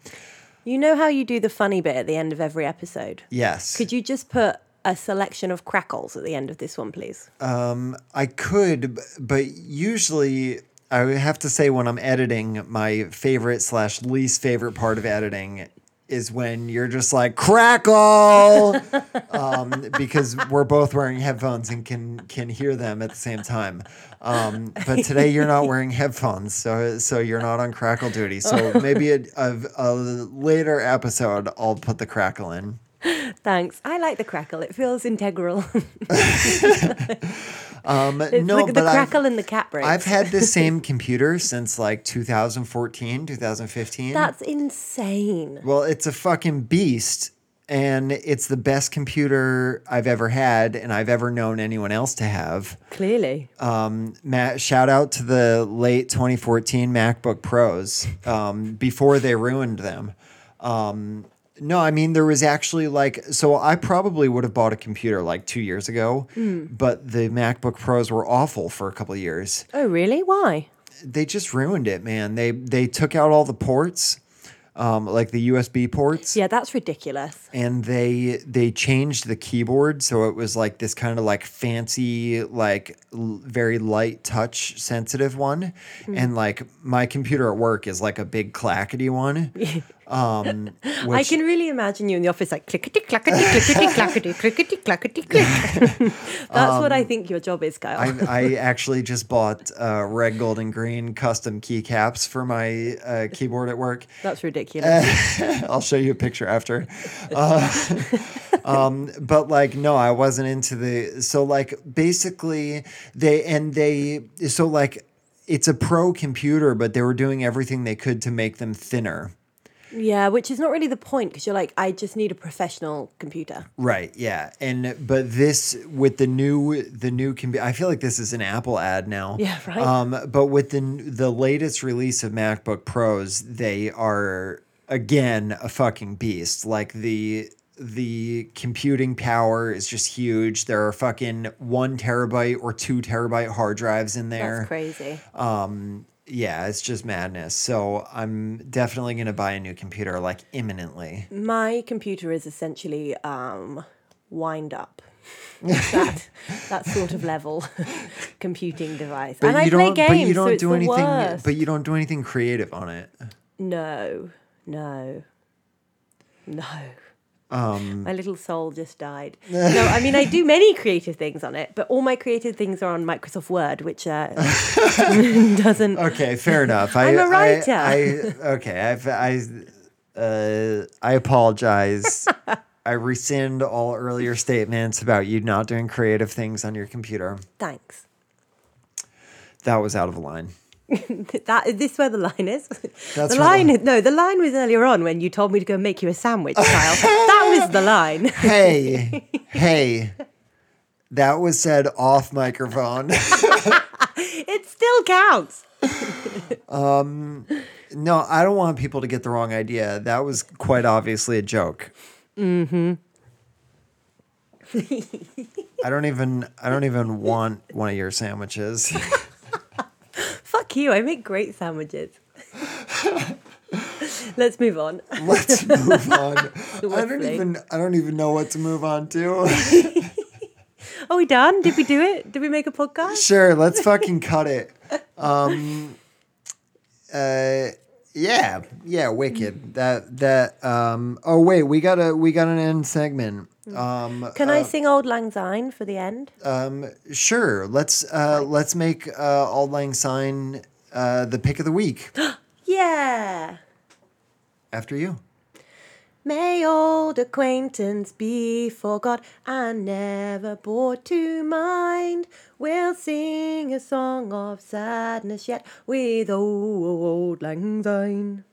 G: You know how you do the funny bit at the end of every episode?
F: Yes.
G: Could you just put a selection of crackles at the end of this one, please?
F: I could, b- but usually I would have to say when I'm editing, my favorite slash least favorite part of editing is when you're just like
G: [laughs]
F: crackle, um, because we're both wearing headphones and can can hear them at the same time. Um, but today you're not wearing headphones, so so you're not on crackle duty. So maybe a, a, a later episode I'll put the crackle in.
G: Thanks. I like the crackle. It feels integral. [laughs]
F: Um,
G: it's
F: no,
G: like the
F: but I've-
G: crackle and the cat break.
F: I've had this same computer since like 2014, 2015.
G: That's insane.
F: well, it's a fucking beast. And it's the best computer I've ever had and I've ever known anyone else to have.
G: Clearly.
F: Matt, shout out to the late 2014 MacBook Pros um, before they ruined them. Um, no, I mean, there was actually like, so I probably would have bought a computer like two years ago, but the MacBook Pros were awful for a couple of years
G: oh, really? Why?
F: they just ruined it, man. They they took out all the ports. um, like the USB ports.
G: Yeah, that's ridiculous.
F: and they they changed the keyboard so it was like this kind of like fancy like l- very light touch sensitive one
G: Mm-hmm.
F: and like my computer at work is like a big clackety
G: [laughs]
F: one um
G: I
F: which
G: can really imagine you in the office like clickety clackety
F: [laughs]
G: clickety clackety clickety clackety click. [laughs] That's what I think your job is, Kyle.
F: Um, I, I actually just bought uh, red, gold, and green custom keycaps for my uh, keyboard at work.
G: That's
F: Uh, [laughs]
G: ridiculous.
F: I'll show you a picture after. Uh, [laughs] um, but like, no, I wasn't into the. So like, basically, they and they. So like, it's a pro computer, but they were doing everything they could to make them thinner.
G: yeah, which is not really the point because you're like, I just need a professional computer.
F: Right. Yeah. And but this with the new the new can be. I feel like this is an Apple ad now.
G: Yeah, right.
F: Um, but with the n- the latest release of MacBook Pros, they are again a fucking beast. Like the the computing power is just huge. There are fucking one terabyte or two terabyte hard drives in there.
G: That's crazy.
F: Um. Yeah, it's just madness. So I'm definitely gonna buy a new computer like imminently.
G: My computer is essentially um, wind
F: [laughs]
G: up. that, that sort of level [laughs] computing device. and I play games,
F: but you
G: so
F: don't
G: it's
F: do
G: the
F: anything.
G: worst.
F: But you don't do anything creative on it.
G: No, no, no.
F: Um.
G: My little soul just
F: [laughs]
G: died. no, I mean I do many creative things on it, but all my creative things are on Microsoft Word, which
F: [laughs]
G: uh, [laughs] doesn't.
F: Okay, fair enough.
G: [laughs]
F: I,
G: I'm a
F: I-
G: writer.
F: I, okay, I've, I, uh, I
G: [laughs]
F: apologize. I rescind all earlier statements about you not doing creative things on your computer.
G: Thanks.
F: That was out of
G: [laughs]
F: line.
G: That is this where the line is?
F: where
G: the
F: the-
G: line. is No, the line was earlier on when you told me to go make you a sandwich, Kyle. that was the line. [laughs]
F: Hey, hey, that was said off microphone. [laughs]
G: It still counts.
F: no, I don't want people to get the wrong idea. That was quite obviously a joke. Mm-hmm. I don't even I don't even want one of your sandwiches.
G: Fuck you. I make great sandwiches. Let's move on.
F: Let's move on. I don't
G: Lovely.
F: even I don't even know what to move on to. [laughs]
G: Are we done? Did we do it? Did we make a podcast?
F: sure, let's fucking cut it. Um uh yeah, yeah, wicked. That that um oh wait, we got a we got an end segment. Um
G: Can I sing Old Lang Syne for the end?
F: Sure. Let's uh, let's make uh, Auld Lang Syne uh, the pick of the
G: [gasps]
F: week
G: yeah.
F: after you.
G: May old acquaintance be forgot and never brought to mind. We'll sing a song of sadness yet with old Lang Syne.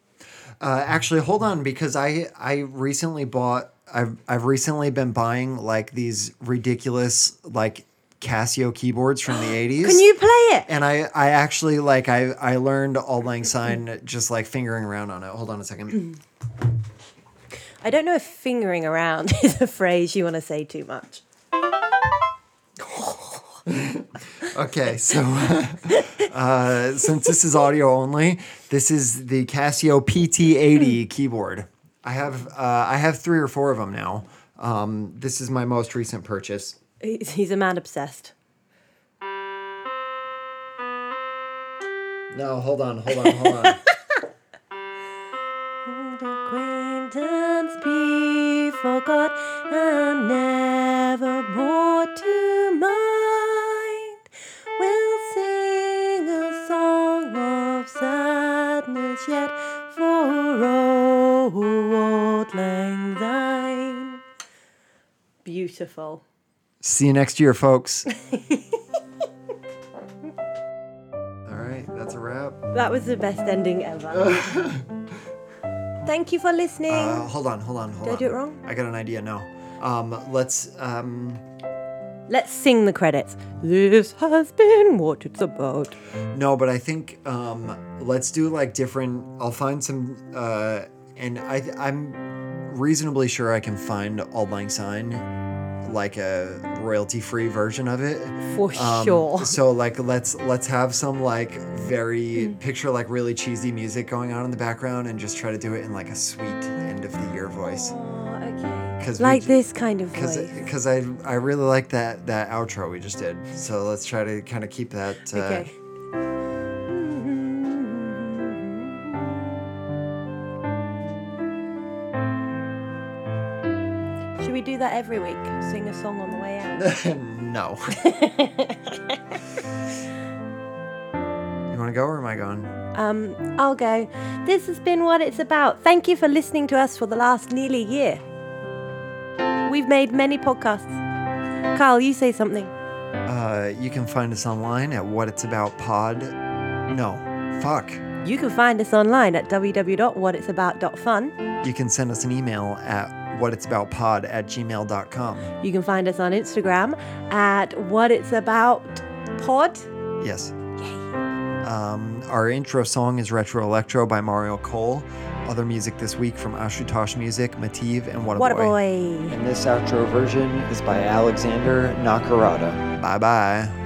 F: Uh, actually, hold on because I I recently bought I've I've recently been buying like these ridiculous like Casio keyboards from the
G: [gasps]
F: eighties.
G: Can you play it?
F: And I I actually like I I learned Auld Lang Syne just like fingering around on it. Hold on a
G: [clears throat]
F: second.
G: I don't know if fingering around [laughs] is a phrase you want to say too much.
F: Okay, so [laughs] uh, since this is audio only, this is the Casio PT80 keyboard. I have uh, I have three or four of them now. Um, this is my most recent purchase.
G: He's he's a man obsessed.
F: No, hold on, hold on,
G: [laughs]
F: hold on.
G: acquaintance be forgot and never brought to mind. We'll sing a song of sadness yet for old lang syne. Beautiful.
F: See you next
G: [laughs]
F: year, folks. All right, that's a wrap.
G: That was the best ending ever. Thank you for listening.
F: Uh, hold on, hold on, hold
G: Did I
F: on.
G: do it wrong?
F: I got an idea. No. Um, let's. Um,
G: Let's sing the credits. This has been what it's about.
F: No, but I think um, let's do like different. I'll find some, uh, and I I'm reasonably sure I can find Auld Lang Syne like a royalty free version of it.
G: For
F: Um,
G: sure.
F: So like let's let's have some like
G: Mm.
F: very picture like really cheesy music going on in the background and just try to do it in like a sweet end of the year voice.
G: okay.
F: 'Cause we
G: Like
F: j-
G: this kind of
F: Cause,
G: voice.
F: cause I, I really like that that outro we just did. So let's try to kind of keep that. Uh,
G: okay. Should we do that every week? Sing a song on the way out.
F: [laughs] no. you want to go or am I going?
G: Um, I'll go. This has been what it's about. Thank you for listening to us for the last nearly year. We've made many podcasts. Carl, you say something.
F: Uh, you can find us online at What It's About Pod. No, fuck.
G: You can find us online at www.whatitsabout.fun.
F: You can send us an email at whatitsaboutpod at gmail.com.
G: You can find us on Instagram at whatitsaboutpod.
F: Yes. Um, our intro song is Retro Electro by Mario Cole. Other music this week from Ashutosh Music, Mativ, and What a
G: What a
F: Boy.
G: boy.
F: And this outro version is by Alexander Nakarada. Bye bye.